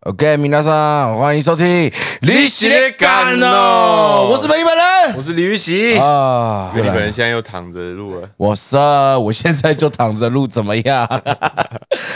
OK，米娜桑，欢迎收听《你洗的干哦》，我是本日本人我是李玉玺，啊，你又来本了人现在又躺着录了，我是，我现在就躺着录，怎么 样？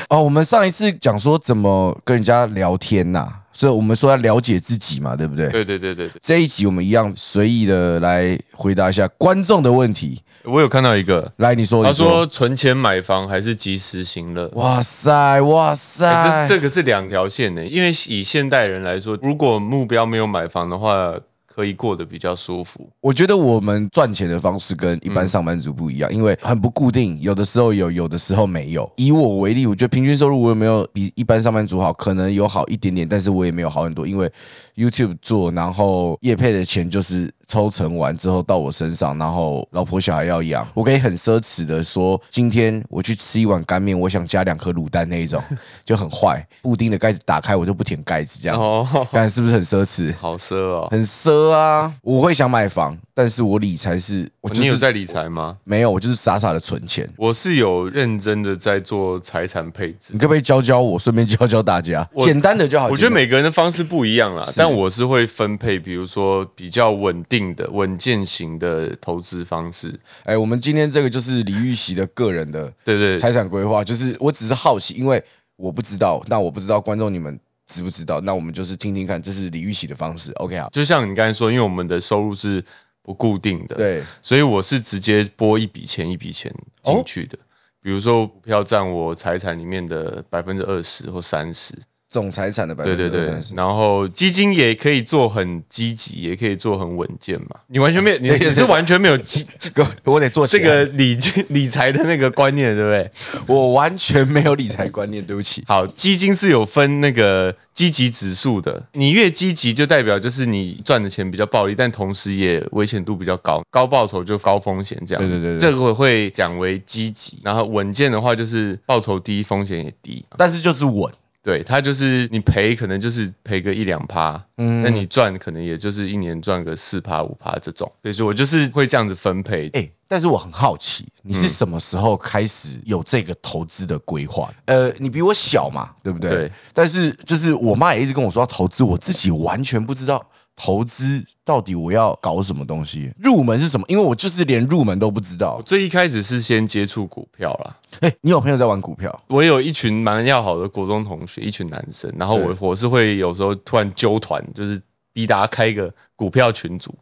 哦，我们上一次讲说怎么跟人家聊天呐、所以我们说要了解自己嘛，对不对？对对对对对，这一集我们一样随意的来回答一下观众的问题。我有看到一个，来，你说，他你说，存钱买房还是及时行乐。哇塞，哇塞，欸这是这个是两条线呢，因为以现代人来说，如果目标没有买房的话，可以过得比较舒服。我觉得我们赚钱的方式跟一般上班族不一样，因为很不固定，有的时候有，有的时候没有。以我为例，我觉得平均收入我有没有比一般上班族好？可能有好一点点，但是我也没有好很多，因为 YouTube 做，然后业配的钱就是抽成完之后到我身上，然后老婆小孩要养，我可以很奢侈的说，今天我去吃一碗干面，我想加两颗卤蛋那一种，就很坏。布丁的盖子打开，我就不舔盖子，这样，哦，看是不是很奢侈？好奢哦！很奢啊！我会想买房，但是我理财是，我就是哦你有在理财吗？没有，我就是傻傻的存钱。我是有认真的在做财产配置你，可不可以教教我，顺便教教大家，我简单的就好。我觉得简单每个人的方式不一样啦，但我是会分配，比如说比较稳定的、稳健型的投资方式。哎，我们今天这个就是李玉玺的个人的对对，财产规划，就是我只是好奇，因为我不知道，那我不知道观众你们知不知道，那我们就是听听看，这是李玉玺的方式。OK 好，就像你刚才说，因为我们的收入是不固定的，，对，所以我是直接拨一笔钱一笔钱哦进去的。比如说股票占我财产里面的百分之二十或三十，总财产的百对分对之对三，十。然后基金也可以做很积极，也可以做很稳健嘛。你完全没有，你 对对啊你是完全没有 基这个我得做起这来个理 理财的那个观念，对不对？我完全没有理财观念，对不起。好，基金是有分那个积极指数的，你越积极就代表就是你赚的钱比较暴利，但同时也危险度比较高，高报酬就高风险这样。对对对对这个我会讲为积极，然后稳健的话就是报酬低，风险也低。但是就是稳，对，它就是你赔可能就是赔个一两趴，嗯，那你赚可能也就是一年赚个四趴五趴这种。所以说我就是会这样子分配。哎、但是我很好奇，你是什么时候开始有这个投资的规划？呃，你比我小嘛，对不对？对。但是就是我妈也一直跟我说要投资，我自己完全不知道投资到底我要搞什么东西，入门是什么，因为我就是连入门都不知道我。最一开始是先接触股票啦，哎、你有朋友在玩股票？我有一群蛮要好的国中同学，一群男生，然后我我是会有时候突然揪团，就是逼大家开一个股票群组，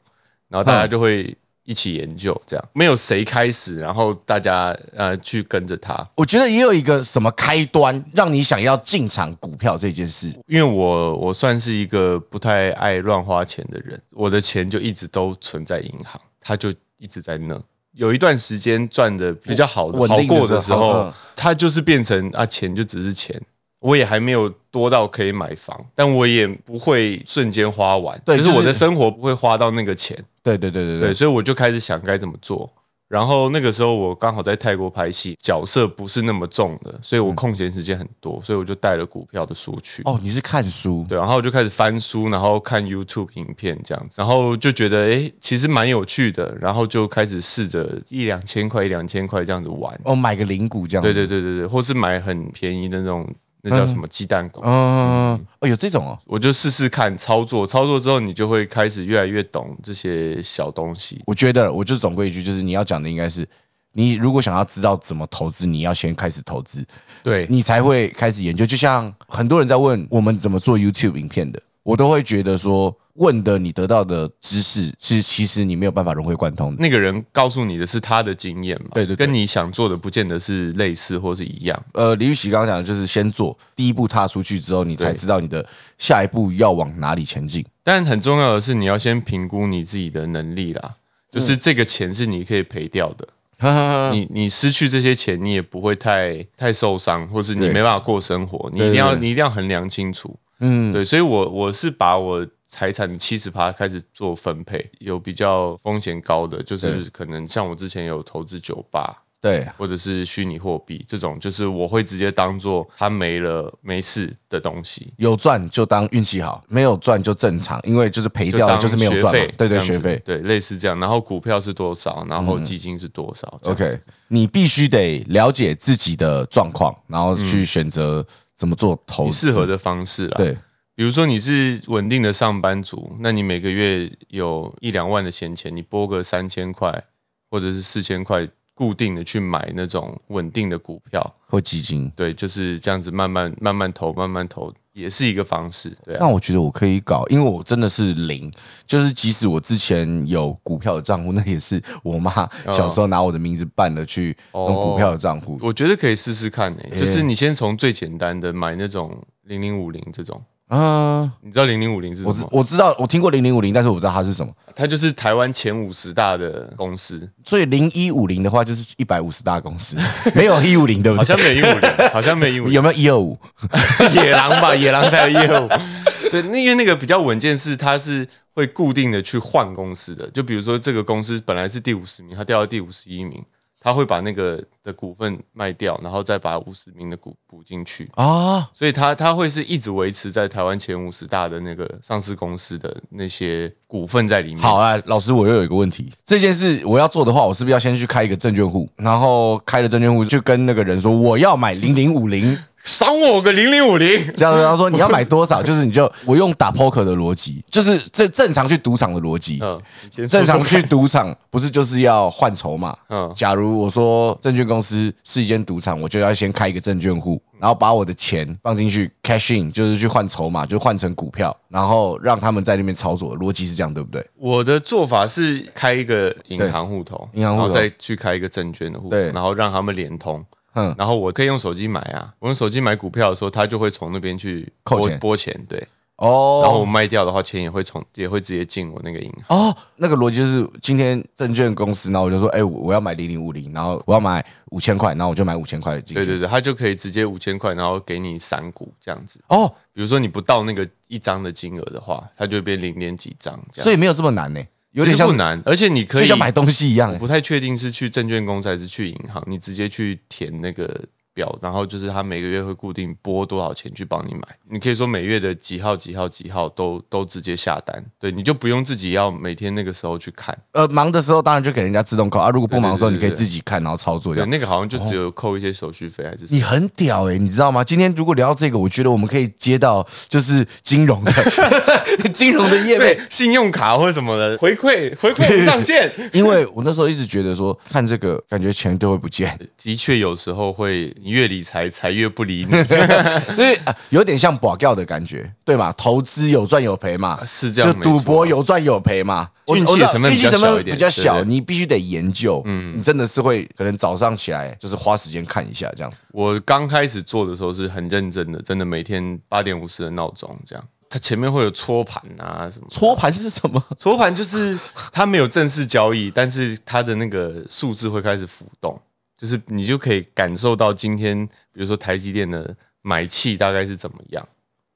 然后大家就会一起研究，这样没有谁开始，然后大家呃去跟着他，我觉得也有一个什么开端，让你想要进场股票这件事。因为我我算是一个不太爱乱花钱的人，我的钱就一直都存在银行，它就一直在那。有一段时间赚的比较好的、稳好定的过的时时候候嗯，它就是变成啊，钱就只是钱。我也还没有多到可以买房，但我也不会瞬间花完，对就是就是我的生活不会花到那个钱，对对对对对，所以我就开始想该怎么做。然后那个时候我刚好在泰国拍戏，角色不是那么重的，所以我空闲时间很多，所以我就带了股票的书去。哦，你是看书？对，然后我就开始翻书，然后看 YouTube 影片这样子，然后就觉得诶，其实蛮有趣的，然后就开始试着一两千块、一两千块这样子玩。哦，买个零股这样。对对对对对，或是买很便宜的那种，那叫什么鸡蛋股。嗯，哦，有这种哦。我就试试看操作，操作之后你就会开始越来越懂这些小东西。我觉得，我就总归一句，就是你要讲的应该是，你如果想要知道怎么投资，你要先开始投资，对，你才会开始研究。就像很多人在问我们怎么做 YouTube 影片的，我都会觉得说，问的你得到的知识是其实你没有办法融会贯通的。那个人告诉你的是他的经验嘛，对对对跟你想做的不见得是类似或是一样。呃，李玉玺刚刚讲的就是先做第一步踏出去之后，你才对知道你的下一步要往哪里前 进。但很重要的是，你要先评估你自己的能力啦，就是嗯这个钱是你可以赔掉的。你你失去这些钱，你也不会太太受伤，或是你对没办法过生活。你对一定要对你一定要衡量清楚。嗯，对，所以我我是把我财产的七十趴开始做分配，有比较风险高的，就是可能像我之前有投资酒吧。对，或者是虚拟货币这种，就是我会直接当做它没了没事的东西，有赚就当运气好，没有赚就正常，因为就是赔就掉了当就是没有学赚嘛费。这对对，样子学费。嗯对类似这样。然后股票是多少，然后基金是多少、这样子 OK，你必须得了解自己的状况，然后去选择怎么做投你适资合的方式啦。对，比如说你是稳定的上班族，那你每个月有一两万的闲钱，你拨个三千块或者是四千块，固定的去买那种稳定的股票，或基金。对，就是这样子慢慢慢慢投，慢慢投也是一个方式，对啊那。我觉得我可以搞，因为我真的是零，就是即使我之前有股票的账户，那也是我妈小时候拿我的名字办的去弄股票的账户。我觉得可以试试看诶、就是你先从最简单的买那种零零五零这种，啊，你知道零零五零是什我知么？我知道，我听过零零五零，但是我不知道它是什么。它就是台湾前五十大的公司，所以零一五零的话就是一百五十 大公司，没有一五零对不好对？像没有一五 零，好像没有一五有没有一二五？野狼 吧，野狼才有业务。对，那因为那个比较稳健是，它是会固定的去换公司的。就比如说这个公司本来是第五十名，它掉到第五十一名，它会把那个的股份卖掉，然后再把五十名的股补进去。啊，所以它它会是一直维持在台湾前五十大的那个上市公司的那些股份在里面。好啊，老师，我又有一个问题，这件事我要做的话，我是不是要先去开一个证券户，然后开了证券户就跟那个人说我要买零零五零，赏我个零零五零。这样子他说你要买多 少，就是你就我用打 poker 的逻辑，就是这正常去赌场的逻辑。嗯，你先说正说常去赌场不是就是要换筹码？嗯假如我说证券公司是一间赌场，我就要先开一个证券户，然后把我的钱放进去 cash in，就是去换筹码，就换成股票，然后让他们在那边操作，逻辑是这样对不对？我的做法是开一个银行户头，对银行户头然后再去开一个证券的户头，对然后让他们连通。嗯然后我可以用手机买啊，我用手机买股票的时候，他就会从那边去扣拨钱拨钱，对。哦，然后我卖掉的话，钱也会从也会直接进我那个银行。哦，那个逻辑就是今天证券公司，然后我就说，哎、我我要买零零五零，然后我要买五千块，然后我就买五千块进去。对对对，他就可以直接五千块，然后给你散股这样子。哦，比如说你不到那个一张的金额的话，它就会变零点几张这样。所以以没有这么难呢、有有点点像不，难，而且你可就以像买东西一样、我欸。不太确定是去证券公司还是去银行，你直接去填那个表，然后就是他每个月会固定拨多少钱去帮你买。你可以说每月的几号几号几号都都直接下单，对，你就不用自己要每天那个时候去看。呃，忙的时候当然就给人家自动扣啊，如果不忙的时候，对你对对可以自己看，然后操作这对，样。那个好像就只有扣一些手续费还是什你么。很屌哎、你知道吗？今天如果聊到这个，我觉得我们可以接到就是金融 的金融的业对配，，信用卡或者什么的回馈回馈无上限，因为我那时候一直觉得说看这个感觉钱都会不见， 的确有时候会你越理财财越不 理你， 所以、啊有点像保钓的感觉，对嘛？投资有赚有赔嘛，啊是这就样没错。赌博有赚有赔嘛。我运气我知道成分运比气较成小分一比点较小，对对你必须得研究。嗯，你真的是会可能早上起来就是花时间看一下这样子。我刚开始做的时候是很认真的，真的每天八点五十的闹钟这样。它前面会有搓盘啊什么，搓盘是什么？搓盘就是它没有正式交易，但是它的那个数字会开始浮动，就是你就可以感受到今天，比如说台积电的买气大概是怎么样。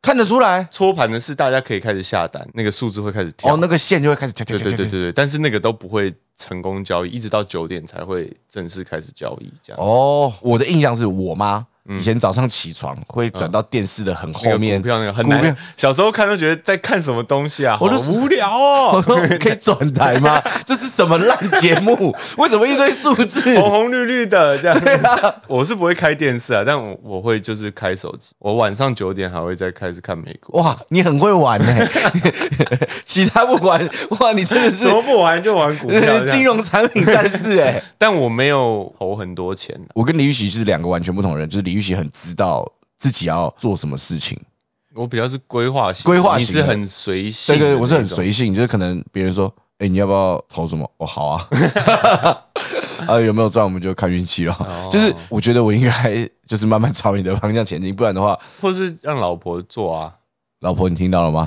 看得出来搓盘的是大家可以开始下单，那个数字会开始跳。哦，那个线就会开始跳跳对跳对跳对对跳。对，但是那个都不会成功交易，一直到九点才会正式开始交易这样。哦，我的印象是我妈以前早上起床会转到电视的很后嗯那个面股，票那个很股票难，小时候看都觉得在看什么东西啊，我好就无聊哦我，说 可以转台吗？这是什么烂节 目？为什么一堆数字？啊红红绿绿的这 样。我是不会开电视啊，但我我会就是开手机，我晚上九点还会再开始看美 股。哇，你很会玩呢、 其他不管，哇，你真的是怎么不玩就玩股票 这金样？融产品战士哎、但我没有投很多钱啊， 我跟李玉玺是两个完全不同的人，就是李玉玺很知道自己要做什么事情，我比较是规划型的，规划你型的是很随性对的那种，对，我是很随性，就是可能别人说，哎、你要不要投什么？哦，好 啊，啊，有没有赚我们就看运气了。就是我觉得我应该就是慢慢朝你的方向前进，不然的话，或是让老婆做啊。老婆你听到了吗？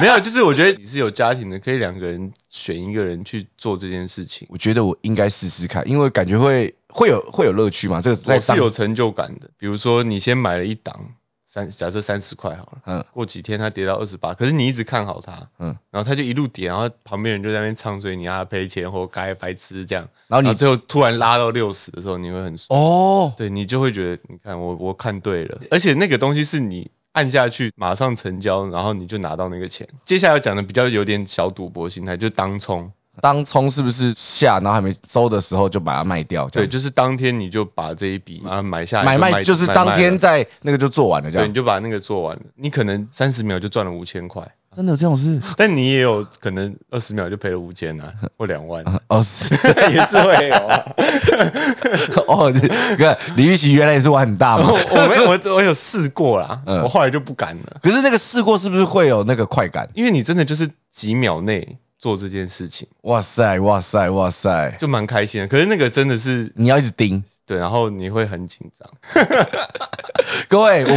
没有，就是我觉得你是有家庭的，可以两个人选一个人去做这件事情，我觉得我应该试试看，因为感觉会会有会有乐趣嘛。这个在我是当有成就感的。比如说，你先买了一档三，假设三十块好了，嗯嗯，过几天它跌到二十八，可是你一直看好它，嗯嗯，然后它就一路跌，然后旁边人就在那边唱衰你啊，赔钱活该，白痴这样。然后你最后突然拉到六十的时候，你会很爽，哦，对你就会觉得，你看我我看对了，而且那个东西是你。按下去，马上成交，然后你就拿到那个钱。接下来要讲的比较有点小赌博心态，就当冲。当冲是不是下，然后还没收的时候就把它卖掉？这对，样就是当天你就把这一笔啊买下来，买卖就是当天买卖了在那个就做完了，这对，你样就把那个做完了，你可能三十秒就赚了五千 块，真的有这种事？但你也有可能二十秒就赔了五千 啊，或两万， 哦，是 也是会有啊。哦，是你看李玉玺原来也是玩很大嘛 我。我没有我我有试过啦，嗯我后来就不敢了，可是那个试过是不是会有那个快感？因为你真的就是几秒内做这件事情，哇塞，哇塞，哇塞！就蛮开心的。可是那个真的是你要一直 盯，对，然后你会很紧张，各位，我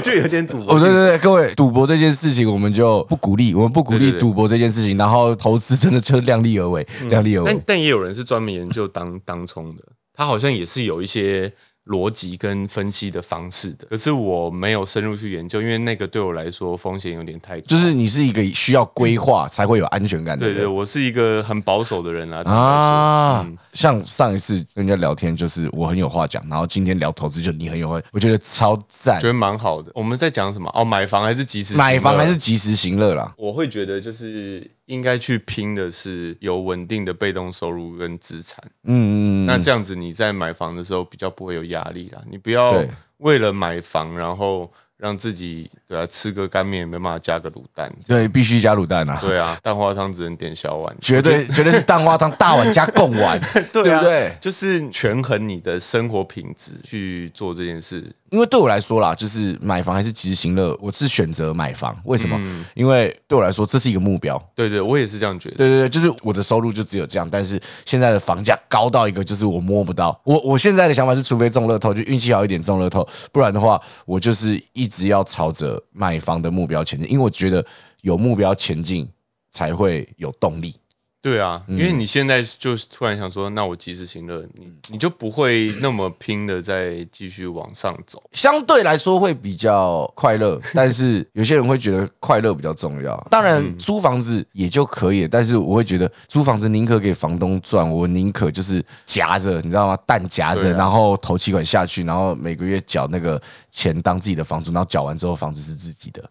就有点赌博哦，对性质。对对，各位，赌博这件事情我们就不鼓励，我们不鼓对励对对嗯赌博这件事情。然后投资真的就量力而为，量力而为但。但也有人是专门研究当当冲的，他好像也是有一些逻辑跟分析的方式的。可是我没有深入去研究，因为那个对我来说风险有点太高。就是你是一个需要规划才会有安全感的对人对，我是一个很保守的人啊。对我来说嗯啊。像上一次跟人家聊天，就是我很有话讲，然后今天聊投资就你很有话，我觉得超赞觉。得蛮好的。我们在讲什么？哦，买房还是及时行乐买房还是及时行乐啦，我会觉得就是应该去拼的是有稳定的被动收入跟资产，嗯嗯嗯，那这样子你在买房的时候比较不会有压力啦。你不要对为了买房，然后让自己对啊吃个干面没办法加个卤蛋，对，必须加卤蛋啊，对 啊，蛋花汤只能点小碗，绝对绝对是蛋花汤大碗加贡 丸，对啊，不对？就是权衡你的生活品质去做这件事。因为对我来说啦，就是买房还是及时行乐，我是选择买房。为什么？嗯因为对我来说，这是一个目标。对对，我也是这样觉得。对对对，就是我的收入就只有这样，但是现在的房价高到一个，就是我摸不到。我我现在的想法是，除非中乐透，就运气好一点中乐透，不然的话，我就是一直要朝着买房的目标前进，因为我觉得有目标前进才会有动力。对啊，嗯因为你现在就是突然想说，那我及时行乐，你你就不会那么拼的再继续往上走。相对来说会比较快乐， 但是有些人会觉得快乐比较重要。当然，嗯租房子也就可以，但是我会觉得租房子宁可给房东赚，我宁可就是夹着，你知道吗？蛋夹着，对啊然后投期款下去，然后每个月缴那个钱当自己的房租，然后缴完之后房子是自己的，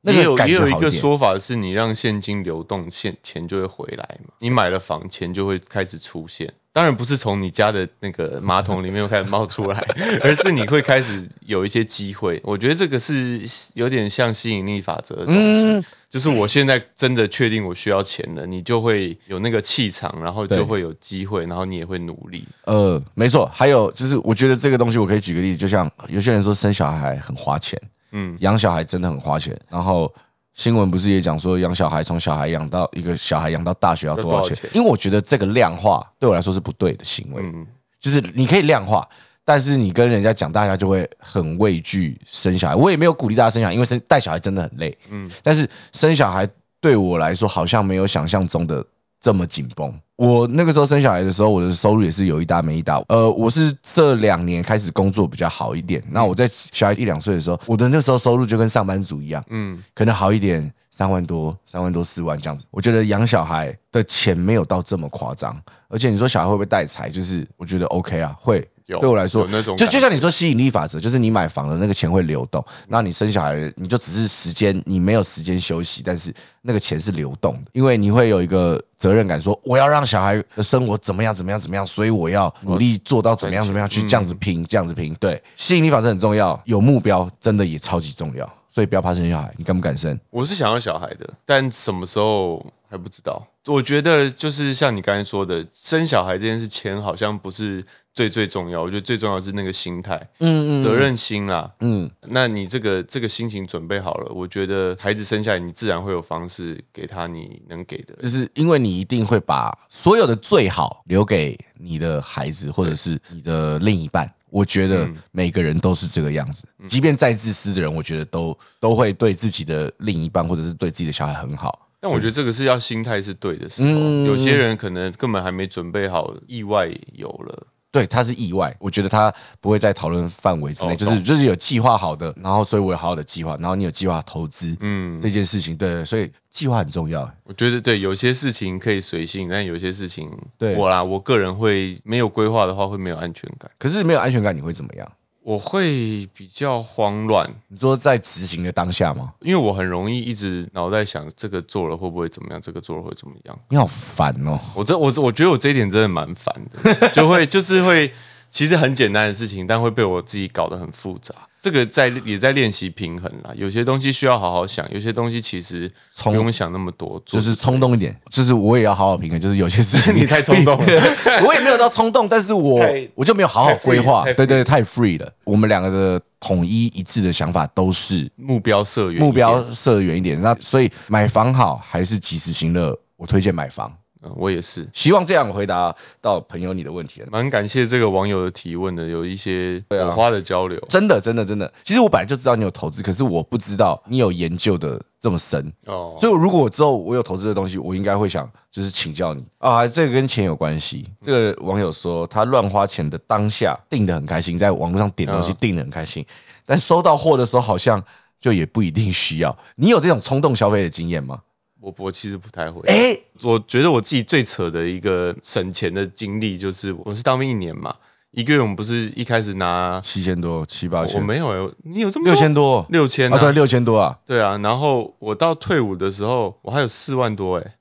那也个有感也觉有一好个点。说法是，你让现金流动，现钱就会回来嘛。你买了房，钱就会开始出现。当然不是从你家的那个马桶里面开始冒出 来，而是你会开始有一些机会。我觉得这个是有点像吸引力法则的东西，嗯就是我现在真的确定我需要钱了，你就会有那个气场，然后对就会有机会，然后你也会努力。呃，没错，还有就是，我觉得这个东西我可以举个例子，就像有些人说生小孩很花钱，嗯嗯，养小孩真的很花钱。然后新闻不是也讲说养小孩从小孩养到一个小孩养到大学要多少要多钱？少钱因为我觉得这个量化对我来说是不对的行为，嗯，就是你可以量化。但是你跟人家讲，大家就会很畏惧生小孩。我也没有鼓励大家生小孩，因为生带小孩真的很累。嗯嗯，但是生小孩对我来说，好像没有想象中的这么紧绷。我那个时候生小孩的时候，我的收入也是有一搭没一搭。呃，我是这两年开始工作比较好一点。那我在小孩一两岁的时候，我的那时候收入就跟上班族一样，嗯嗯，可能好一点，三万多、三万多、四万这样子。我觉得养小孩的钱没有到这么夸张，而且你说小孩会不会带财，就是我觉得 OK 啊，会。有对我来说有，那种感就就觉像你说吸引力法则，就是你买房的那个钱会流动，那你生小孩你就只是时间，你没有时间休息，但是那个钱是流动的，因为你会有一个责任感说我要让小孩的生活怎么样怎么样怎么样，所以我要努力做到怎么样怎么样，去这样子拼，这样子拼。对，吸引力法则很重要，有目标真的也超级重要，所以不要怕生小孩，你敢不敢生？我是想要小孩的，但什么时候还不知道。我觉得就是像你刚才说的，生小孩这件事，钱好像不是最最重要。我觉得最重要的是那个心态、嗯责任心啦。嗯，那你这个这个心情准备好了，我觉得孩子生下来，你自然会有方式给他你能给的。就是因为你一定会把所有的最好留给你的孩子或者是你的另一半。我觉得嗯每个人都是这个样子，即便再自私的人，我觉得都都会对自己的另一半或者是对自己的小孩很好。但我觉得这个是要心态是对的时候，嗯有些人可能根本还没准备好，意外有了。对，他是意外，我觉得他不会在讨论范围之内，哦就是就是有计划好的，然后所以我有好好的计划，然后你有计划投资，嗯嗯，这件事情，对对，所以计划很重要。我觉得对，有些事情可以随性，但有些事情，对我啦，我个人会没有规划的话，会没有安全感。可是没有安全感，你会怎么样？我会比较慌乱，你说在执行的当下吗？因为我很容易一直脑袋想这个做了会不会怎么样，这个做了会怎么样。你好烦哦，我这我我觉得我这一点真的蛮烦的，就会就是会其实很简单的事情，但会被我自己搞得很复杂。这个在也在练习平衡啦，有些东西需要好好想，有些东西其实不冲用想那么多，做就是冲动一点，就是我也要好好平衡，就是有些事情 你太冲动了 我也没有到冲动，但是我太我就没有好好规划，太 free 了太 free 对对，太 free 了。我们两个的统一一致的想法都是目标设远一点，目标设远一点，那所以买房好还是及时行乐？我推荐买房。嗯我也是。希望这样回答到朋友你的问题了。蛮感谢这个网友的提问的，有一些啊火花的交流。真的，真的，真的。其实我本来就知道你有投资，可是我不知道你有研究的这么深。哦，所以如果我之后我有投资的东西，我应该会想就是请教你啊，这个跟钱有关系。嗯这个网友说他乱花钱的当下定的很开心，在网络上点东西嗯定的很开心，但收到货的时候好像就也不一定需要。你有这种冲动消费的经验吗？我我其实不太会。哎、我觉得我自己最扯的一个省钱的经历，就是我是当兵一年嘛，一个月我们不是一开始拿，七千多，七八我千，没有、欸，你有这么多六千多。六千啊啊，对，六千多啊！对啊，然后我到退伍的时候，我还有四万多哎、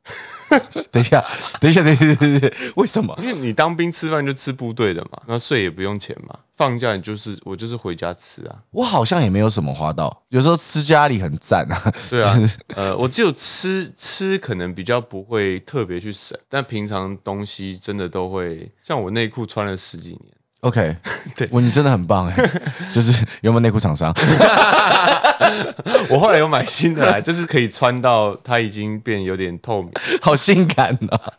等一下，等一下，等一下，等一下，等一下为什么？因为你当兵吃饭就吃部队的嘛，那睡也不用钱嘛，放假你就是我就是回家吃啊，我好像也没有什么花到，有时候吃家里很赞啊。对 啊，呃，我只有吃吃可能比较不会特别去省，但平常东西真的都会，像我内裤穿了十几年， OK，对我你真的很棒哎、就是有没有内裤厂商？我后来有买新的来，啊就是可以穿到它已经变有点透明， 好性感啊！哦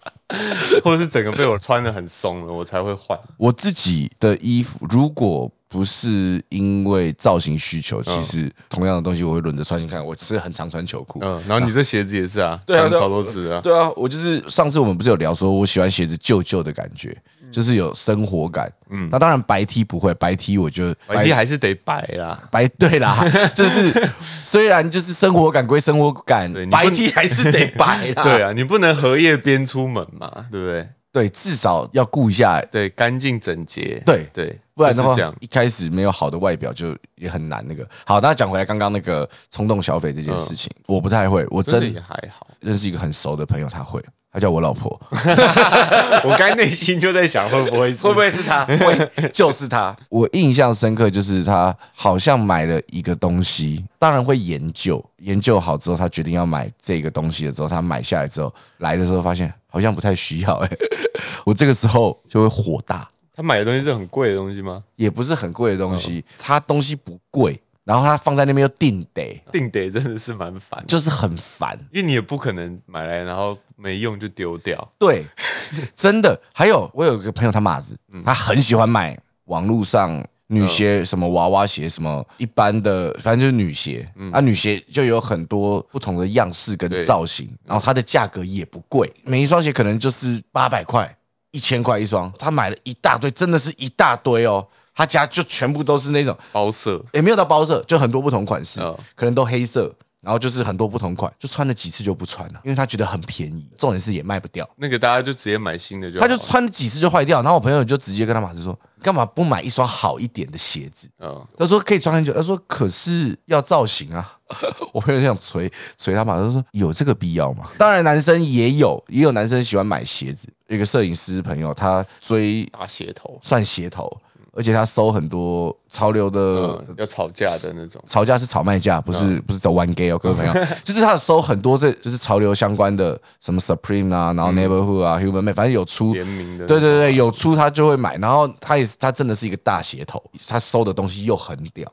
或者是整个被我穿的很松了，我才会换。我自己的衣服，如果不是因为造型需嗯求，其实同样的东西我会轮着穿。你看，我是很常穿球裤。嗯，然后你这鞋子也是啊，对啊穿对啊超多次啊，对啊，我就是上次我们不是有聊说，我喜欢鞋子旧旧的感觉，嗯就是有生活感。嗯，那当然白 T 不会，白 T 我就白 T 啊哎还是得白 啦。白对啦，就是虽然就是生活感归生活感对，你不白 T 还是得白啦。 对啊，你不能荷叶边出门嘛，对不对？对，至少要顾一下，对，干净整洁。对对，不然就的是话这样，。一开始没有好的外表就也很难那个。好，那讲回来刚刚那个冲动消费这件事情，我不太会，我真的嗯真也还好，认识一个很熟的朋友，他会，他叫我老婆，我刚才内心就在想会不会是 会是他？会，就是他。我印象深刻就是他好像买了一个东西，当然会研究，研究好之后，他决定要买这个东西了之后，他买下来之后，来的时候发现好像不太需要、欸， 我这个时候就会火大。他买的东西是很贵的东西吗？也不是很贵的东西，它东西不贵，然后它放在那边又定得，定得真的是蛮烦的，就是很烦。因为你也不可能买来然后没用就丢掉。对， 真的。还有我有一个朋友，他马子，他很喜欢买网络上女鞋，什么娃娃鞋，什么一般的，反正就是女鞋。啊，女鞋就有很多不同的样式跟对造型，然后它的价格也不贵，每一双鞋可能就是八百块、一千块一双。他买了一大堆，真的是一大堆哦。他家就全部都是那种包色，也没有到包色，就很多不同款式，嗯可能都黑色，然后就是很多不同款，就穿了几次就不穿了，因为他觉得很便宜，重点是也卖不掉，那个大家就直接买新的就好他了。就穿了几次就坏掉。然后我朋友就直接跟他马子说：“干嘛不买一双好一点的鞋子嗯，？”他说可以穿很久，他说可是要造型啊。 我朋友就想捶捶他马子，就说有这个必要吗？当然，男生也有，也有男生喜欢买鞋子。有一个摄影师朋友，他追大鞋头，算鞋头，而且他收很多潮流的嗯，要吵架的那种。吵架是吵卖价，不是、嗯不是走 one gay 哦，各位朋友， 就是他收很多这就是潮流相关的什么 Supreme 啊，然后 Neighborhood 啊、Human Made，反正有出联名嗯的那种对对对，有出他就会买，然后他也是他真的是一个大鞋头，他收的东西又很屌，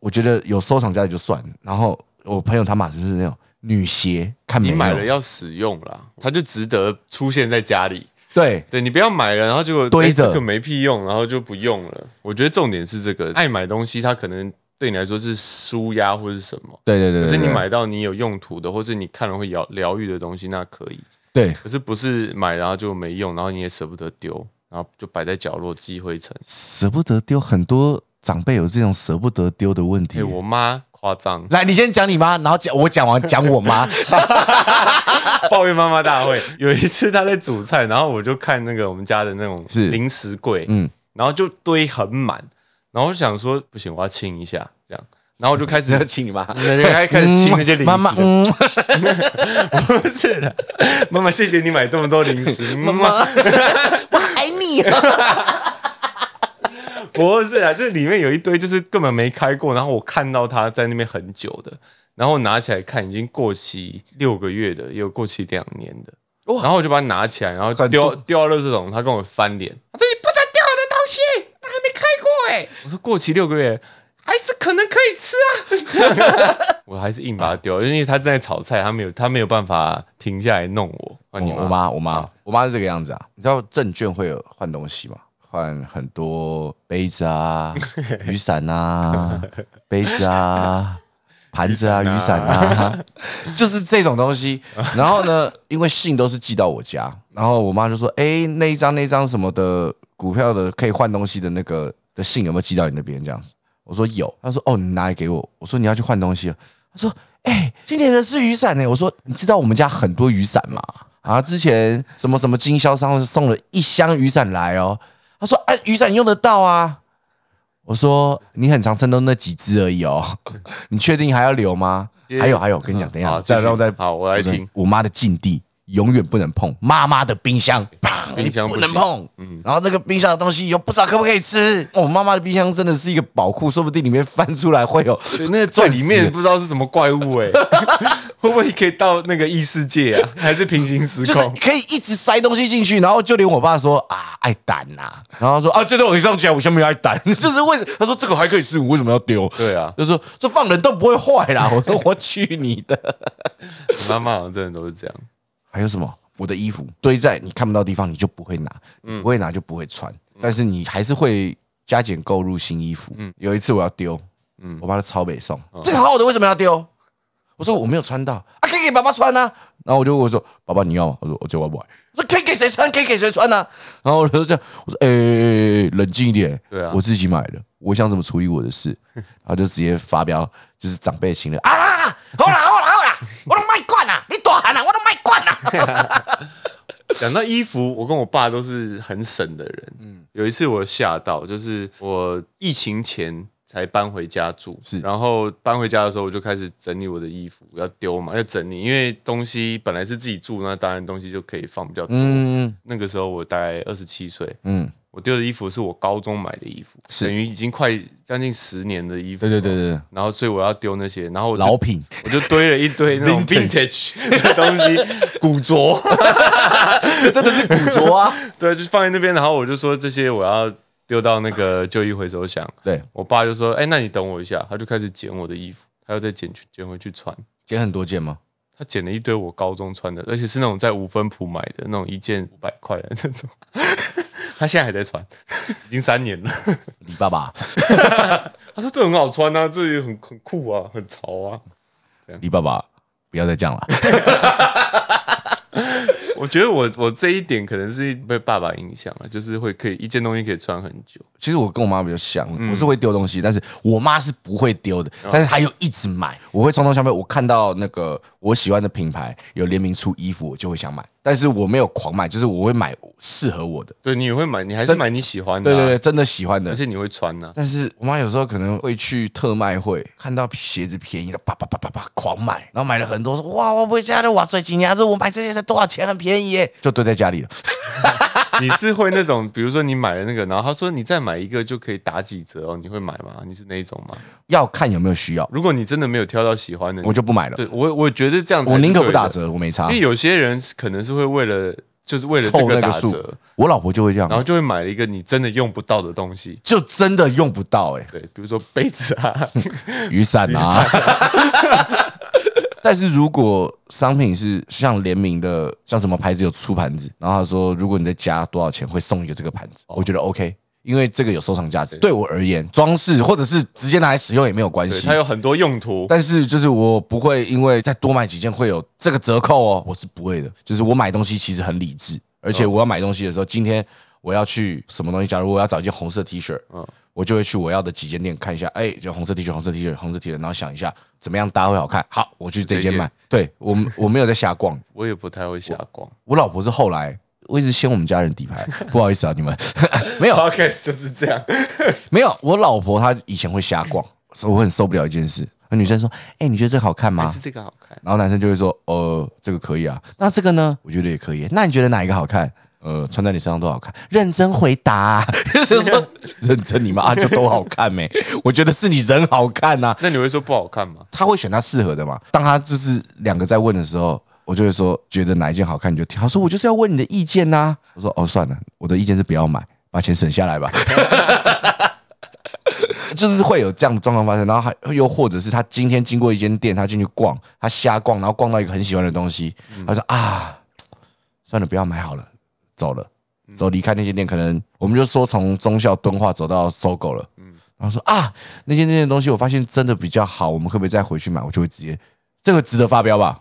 我觉得有收藏价值就算了，然后我朋友他妈就是那种女鞋，看没你有买了要使用啦，它就值得出现在家里。对。对你不要买了，然后结果堆哎着这个没屁用，然后就不用了。我觉得重点是这个，爱买东西，它可能对你来说是舒压或是什么，对对对可对，是你对买到你有用途的，或是你看了会疗疗愈的东西，那可以。对可是不是买然后就没用，然后你也舍不得丢，然后就摆在角落积灰尘。舍不得丢，很多长辈有这种舍不得丢的问题哎，。我妈夸张， 来，你先讲你妈，然后讲我讲完讲我妈，抱怨妈妈大会。有一次她在煮菜，然后我就看那个我们家的那种是零食柜，嗯然后就堆很满，然后我就想说不行，我要亲一下这样，然后我就开始 要亲你妈， 开开始亲那些零食，妈妈，嗯， 不是的，妈妈，谢谢你买这么多零食，妈妈，我爱你。 不是啊，这里面有一堆就是根本没开过，然后我看到它在那边很久的，然后拿起来看，已经过期六个月的，也有过期两年的，然后我就把它拿起来，然后很丢多丢到垃圾桶，他跟我翻脸，他说你不准丢我的东西，那还没开过哎、我说过期六个月。还是可能可以吃啊！我还是硬把它丢，啊因为他正在炒菜，他没有他没有办法停下来弄我。啊你哦我我妈，我妈，我妈是这个样子啊。你知道证券会有换东西吗？换很多杯子 啊、雨伞啊、杯子啊、盘子啊、雨伞啊， 就是这种东西。然后呢，因为信都是寄到我家，然后我妈就说：“哎，那一张那一张什么的股票的可以换东西的那个的信有没有寄到你那边？”这样子，我说有。她说：“哦，你拿来给我。”我说：“你要去换东西了。”他说：“哎、今年的是雨伞呢、我说：“你知道我们家很多雨伞吗？啊，之前什么什么经销商送了一箱雨伞来哦。”他说：“哎、雨伞用得到啊。”我说：“你很常剩都那几只而已哦， 你确定还要留吗？”接还有还有，跟你讲，等一好下，继续啊再让我再好我来听。我妈的禁地永远不能碰妈妈的冰箱，砰冰箱你不行嗯不能碰。然后那个冰箱的东西有不知道可不可以吃。我妈妈的冰箱真的是一个宝库，说不定里面翻出来会有对，那个钻钻里石 面不知道是什么怪物哎、 会不会可以到那个异世界啊？还是平行时 就空是？可以一直塞东西进去，然后就连我爸说啊爱胆呐、然后说啊这对我一上起来我下面爱胆， 就是为什他说这个还可以吃，我为什么要丢？对啊就说这放冷冻不会坏啦。我说我去你的！妈妈好像真的都是这样。还有什么？我的衣服堆在你看不到的地方，你就不会拿，嗯你不会拿就不会穿，但是你还是会加减购入新衣服。嗯有一次我要丢，我把它超北送，这个好好的为什么要丢？我说我没有穿到啊，可以给爸爸穿啊。然后我就问我说：“爸爸你要吗？”我说：“我这我不爱。”我说：“可以给谁穿？可以给谁穿呢、啊？”然后我就这样，我说：“哎、欸冷静一点，对啊我自己买的，我想怎么处理我的事。”然后就直接发飙，就是长辈型的啊啦啦，好啦好啦好啦，我都卖惯啦，你大喊啦，我都卖惯啦。讲到衣服，我跟我爸都是很省的人。嗯，有一次我吓到，就是我疫情前才搬回家住，是然后搬回家的时候，我就开始整理我的衣服，要丢嘛，要整理，因为东西本来是自己住，那当然东西就可以放比较多。嗯那个时候我大概二十七岁，嗯，我丢的衣服是我高中买的衣服，是等于已经快将近十年的衣服。对对对。对，然后所以我要丢那些，然后我就老品， 我就堆了一堆那种 vintage 的东西， 古着，真的是古着啊。对，就放在那边。然后我就说这些我要丢到那个旧衣回收箱。 对，我爸就说：“哎、那你等我一下。”他就开始捡我的衣服，他要再捡去捡回去穿。捡很多件吗？他捡了一堆我高中穿的，而且是那种在五分铺买的那种一件五百块的那种。 他现在还在穿，已经三 年了。你爸爸，他说这很好穿啊，这也很很酷啊，很潮啊。你爸爸，不要再这样了。我觉得我我这一点可能是被爸爸影响了，就是会可以一件东西可以穿很久。其实我跟我妈比较像，我是会丢东西，但是我妈是不会丢的，但是她又一直买。我会冲动消费，我看到那个我喜欢的品牌有联名出衣服，我就会想买，但是我没有狂买，就是我会买适合我的，对，你也会买，你还是买你喜欢的、对啊，对对，真的喜欢而的。且你会穿啊呐、但是我妈有时候可能会去特卖会，看到鞋子便宜了，叭叭叭叭叭狂买，然后买了很多，说哇，我不会加的，哇，最近年啊这我买这些才多少钱，很便宜耶，就堆在家里了。 你是会那种，比如说你买了那个，然后他说你再买一个就可以打几折哦，你会买吗？你是那一种吗？要看有没有需要，如果你真的没有挑到喜欢的，我就不买了，对我我觉得这样才我是宁可对不的打，折，我没差因为。有些人是可能是会为了就是为了这凑那打个数折，，我老婆就会这样然，后就会买了一个你真的用不到的东西。就真的用不到哎、对，比如说杯子 啊，雨伞啊。 但是如果商品是像联名的，像什么牌子有出盘子，然后他说如果你再加多少钱会送一个这个盘子，我觉得 OK，因为这个有收藏价值。哦对我而言，装饰或者是直接拿来使用也没有关对，系它。有很多用途。但是就是我不会因为再多买几件会有这个折扣哦，我是不会的。就是我买东西其实很理智，而且我要买东西的时候，今天我要去什么东西？假如我要找一件红色 T 恤，嗯嗯，我就会去我要的几间店看一下，哎，这红色 T 恤、红色 T 恤、红色 T 恤，然后想一下怎么样搭会好看。好，我去这这间间买。对我我没有在瞎逛，我也不太会瞎逛，我老婆是后来我一直掀我们家人底牌，不好意思啊，你们没有 Podcast 就是这 样，没有，我老婆她以前会瞎逛，所以我很受不了一件事。那女生说：“哎、你觉得这个好看吗是这个好看？”。然后男生就会说：“呃，这个可以啊。那这个呢？我觉得也可以。那你觉得哪一个好看？呃，穿在你身上都好看。认真回答、 就是说认真你妈啊，就都好看没、 我觉得是你人好看啊呐、那你会说不好看吗？他会选他适合的嘛。当他就是两个在问的时候，我就会说觉得哪一件好看你就挑。他说我就是要问你的意见呐、我说哦算了，我的意见是不要买，把钱省下来吧。 就是会有这样的状况发生，然后还又或者是他今天经过一间店，他进去逛，他瞎逛，然后逛到一个很喜欢的东西，他说啊，算了，不要买好了，走了，走离开那间店，可能我们就说从中校敦化走到搜狗了，然后说啊，那间那件东西我发现真的比较好，我们可不可以再回去买？我就会直接，这个值得发飙吧，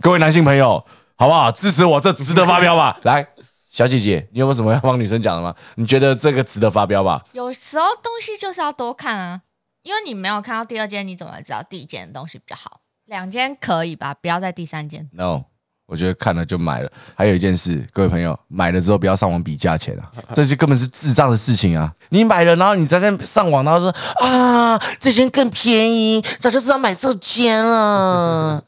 各位男性朋友，好不好？支持我，这值得发飙吧？来，小姐姐，你有没有什么要帮女生讲的吗？你觉得这个值得发飙吧？有时候东西就是要多看啊，因为你没有看到第二间，你怎么知道第一间的东西比较好？两间可以吧，不要在第三间。 No，我觉得看了就买了。还有一件事，各位朋友，买了之后不要上网比价钱啊，这就根本是智障的事情啊！你买了，然后你再在上网，然后说啊，这间更便宜，早就知道买这间了，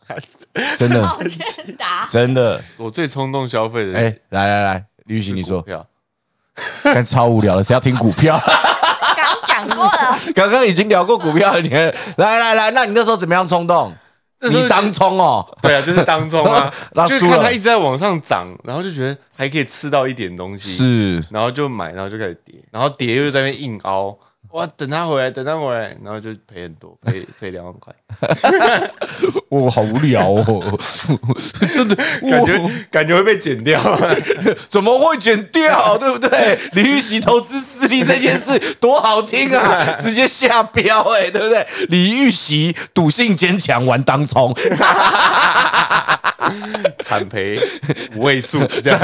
真的，啊抱歉答哦真的。我最冲动消费的，哎、来来来，吕行你股说，票看超无聊的，谁要听股票？刚讲过了，刚刚已经聊过股票了，你还来来来，那你那时候怎么样冲动？时候你当冲哦， 对啊，就是当中 啊那，就是输看了它一直在往上涨，然后就觉得还可以吃到一点东西，是然后就买，然后就开始跌，然后跌又在那边硬凹，哇，等它回来，等它回来，然后就赔很多，赔赔两万 块，我、好无聊哦， 真的感觉感觉会被剪掉， 怎么会剪掉？对不对？李玉玺投资失利这件事多好听啊，直接下标哎、对不对？李玉玺赌性坚强，玩当冲，惨赔五位 数这样。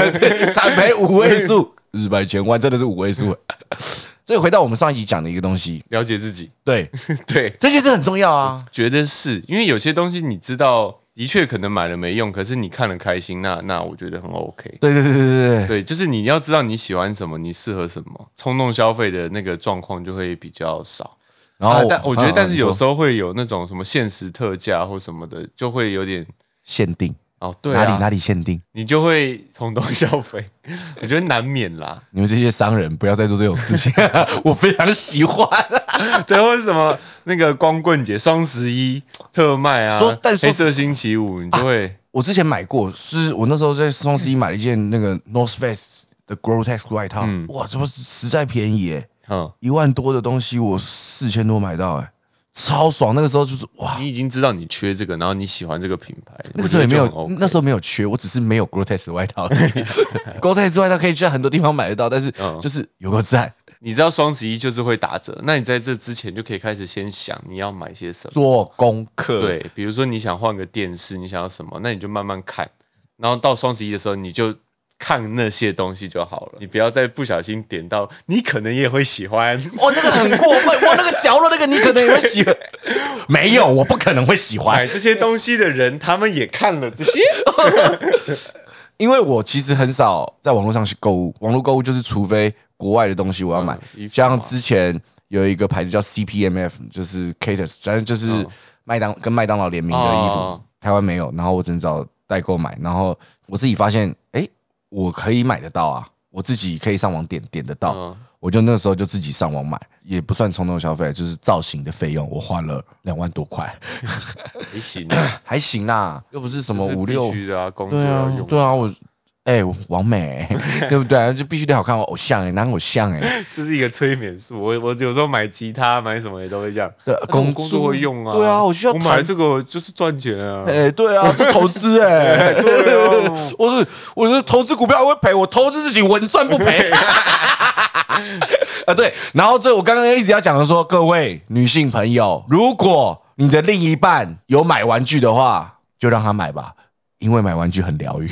三赔五位数，日百千万真的是五位数。 所以回到我们上一集讲的一个东西，了解自己， 对，对，这件事很重要啊。觉得是因为有些东西你知道，的确可能买了没用，可是你看了开心，那那我觉得很 OK。对对对对对对，对，就是你要知道你喜欢什么，你适合什么，冲动消费的那个状况就会比较少。然嗯啊但我觉得，但是有时候候会有那种什么限时特价或什么的，就会有点限定哦，对哪啊，里哪里限定，你就会冲动消费，我觉得难免啦。 你们这些商人不要再做这种事情，我非常喜 欢。对，或者什么那个光棍节、双十一特卖啊，说但说啊黑色星期五，你就会、我之前买过，是我那时候在双十一买了一件那个 North Face 的 Gore-Tex 外套，嗯哇，这不是实在便宜耶、嗯。一万多的东西我四千多买到、哎，超爽！那个时候就是哇，你已经知道你缺这个，然后你喜欢这个品牌，那个时候也没我觉得就哦有很，OK 那时候没有缺，我只是没有 Gore-Tex 的外套 而已，Gore-Tex 外套可以在很多地方买得到，但是嗯就是有个在你知道双十一就是会打折，那你在这之前就可以开始先想你要买些什么。做功课，对，比如说你想换个电视，你想要什么，那你就慢慢看，然后到双十一的时候你就看那些东西就好了，你不要再不小心点到你可能也会喜欢。哇，哦那个很过分，哇，那个角落那个你可能也会喜欢， 没有，我不可能会喜欢 买，这些东西的人，他们也看了这些，因为我其实很少在网络上去购物，网络购物就是除非国外的东西我要买，嗯衣服像嘛之前有一个牌子叫 CPMF，就是 Catus，反正就是麦当、跟麦当劳联名的衣服，哦台湾没有，然后我只能找代购买，然后我自己发现，哎，我可以买得到啊，我自己可以上网点点得到，嗯我就那时候就自己上网买，也不算冲动消费，就是造型的费用，我花了两万多块， 还行啊，还行啦，又不是什么这是五必六须的啊，工作对要啊用，，对啊，我哎、王美、欸 对不对？就必须得好看，我偶像哎、男偶像哎、这是一个催眠术。我我有时候买吉他买什么也都会这样，但对是我工工作作会用啊，对啊我需要我买弹这个就是赚钱 啊， 哎、对啊，这投资哎、 对啊 我是我是投资股票会赔，我投资自己稳赚不赔。 啊，对，然后这我刚刚一直要讲的说，各位女性朋友，如果你的另一半有买玩具的话，就让他买吧，因为买玩具很疗愈。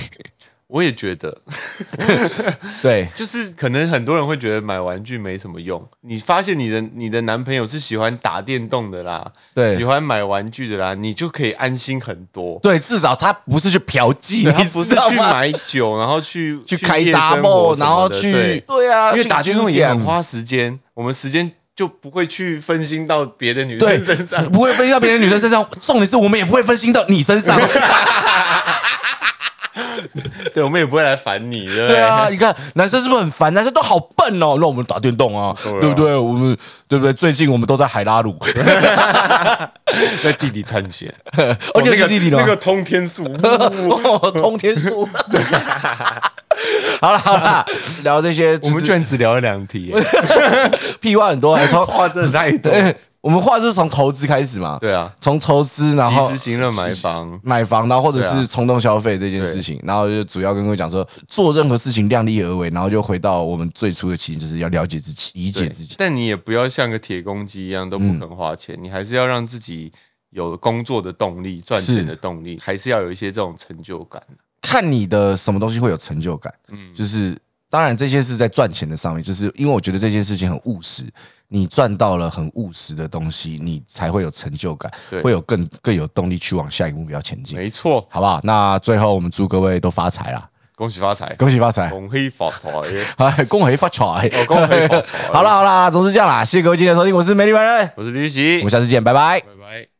我也觉得，对，就是可能很多人会觉得买玩具没什么用。你发现你的你的男朋友是喜欢打电动的啦，对喜欢买玩具的啦，你就可以安心很多。对，至少他不是去嫖妓，对他你不是知道去吗买酒，然后去去开夜杂生活报，什么然后的去对对啊，因为去打运军动动也很点花时间，我们时间就不会去分心到别的女对生身 上。不会分心到别的女生身上，重点是我们也不会分心到你 身上。对，我们也不会来烦你，对不对啊，你看男生是不是很烦？男生都好笨哦，让我们打电动啊，对啊哦对不对？我们对不对？最近我们都在海拉 鲁，在地底探险。哦，那你有去个弟弟了那个通天术， 哦，通天 树。好了好了，聊这些我就是，们居然只聊了两题，屁话很 多，还从话真的太 多。对，我们话是从投资开始嘛，对啊，从投资，然及后时行乐买房，买房，然后或者对是啊冲动消费这件事情，然后就主要跟各位讲说，做任何事情量力而为，然后就回到我们最初的起因，就是要了解自己，理解对自己。但你也不要像个铁公鸡一样都不肯花钱，你还是要让自己有工作的动力、赚是钱的动力，还是要有一些这种成就感。啊看你的什么东西会有成就感，嗯，就是当然这些是在赚钱的上面，就是因为我觉得这件事情很务实，你赚到了很务实的东西，你才会有成就感，对会有更更有动力去往下一个目标前进，没错，好不好？那最后我们祝各位都发财啦，恭喜发财，恭喜发财！恭喜发财， 哎，恭喜发财！哦恭 喜发财好啦好啦，总是这样啦，谢谢各位今天的收听，我是美丽本人，我是李喜我们，下次见，拜拜。拜拜。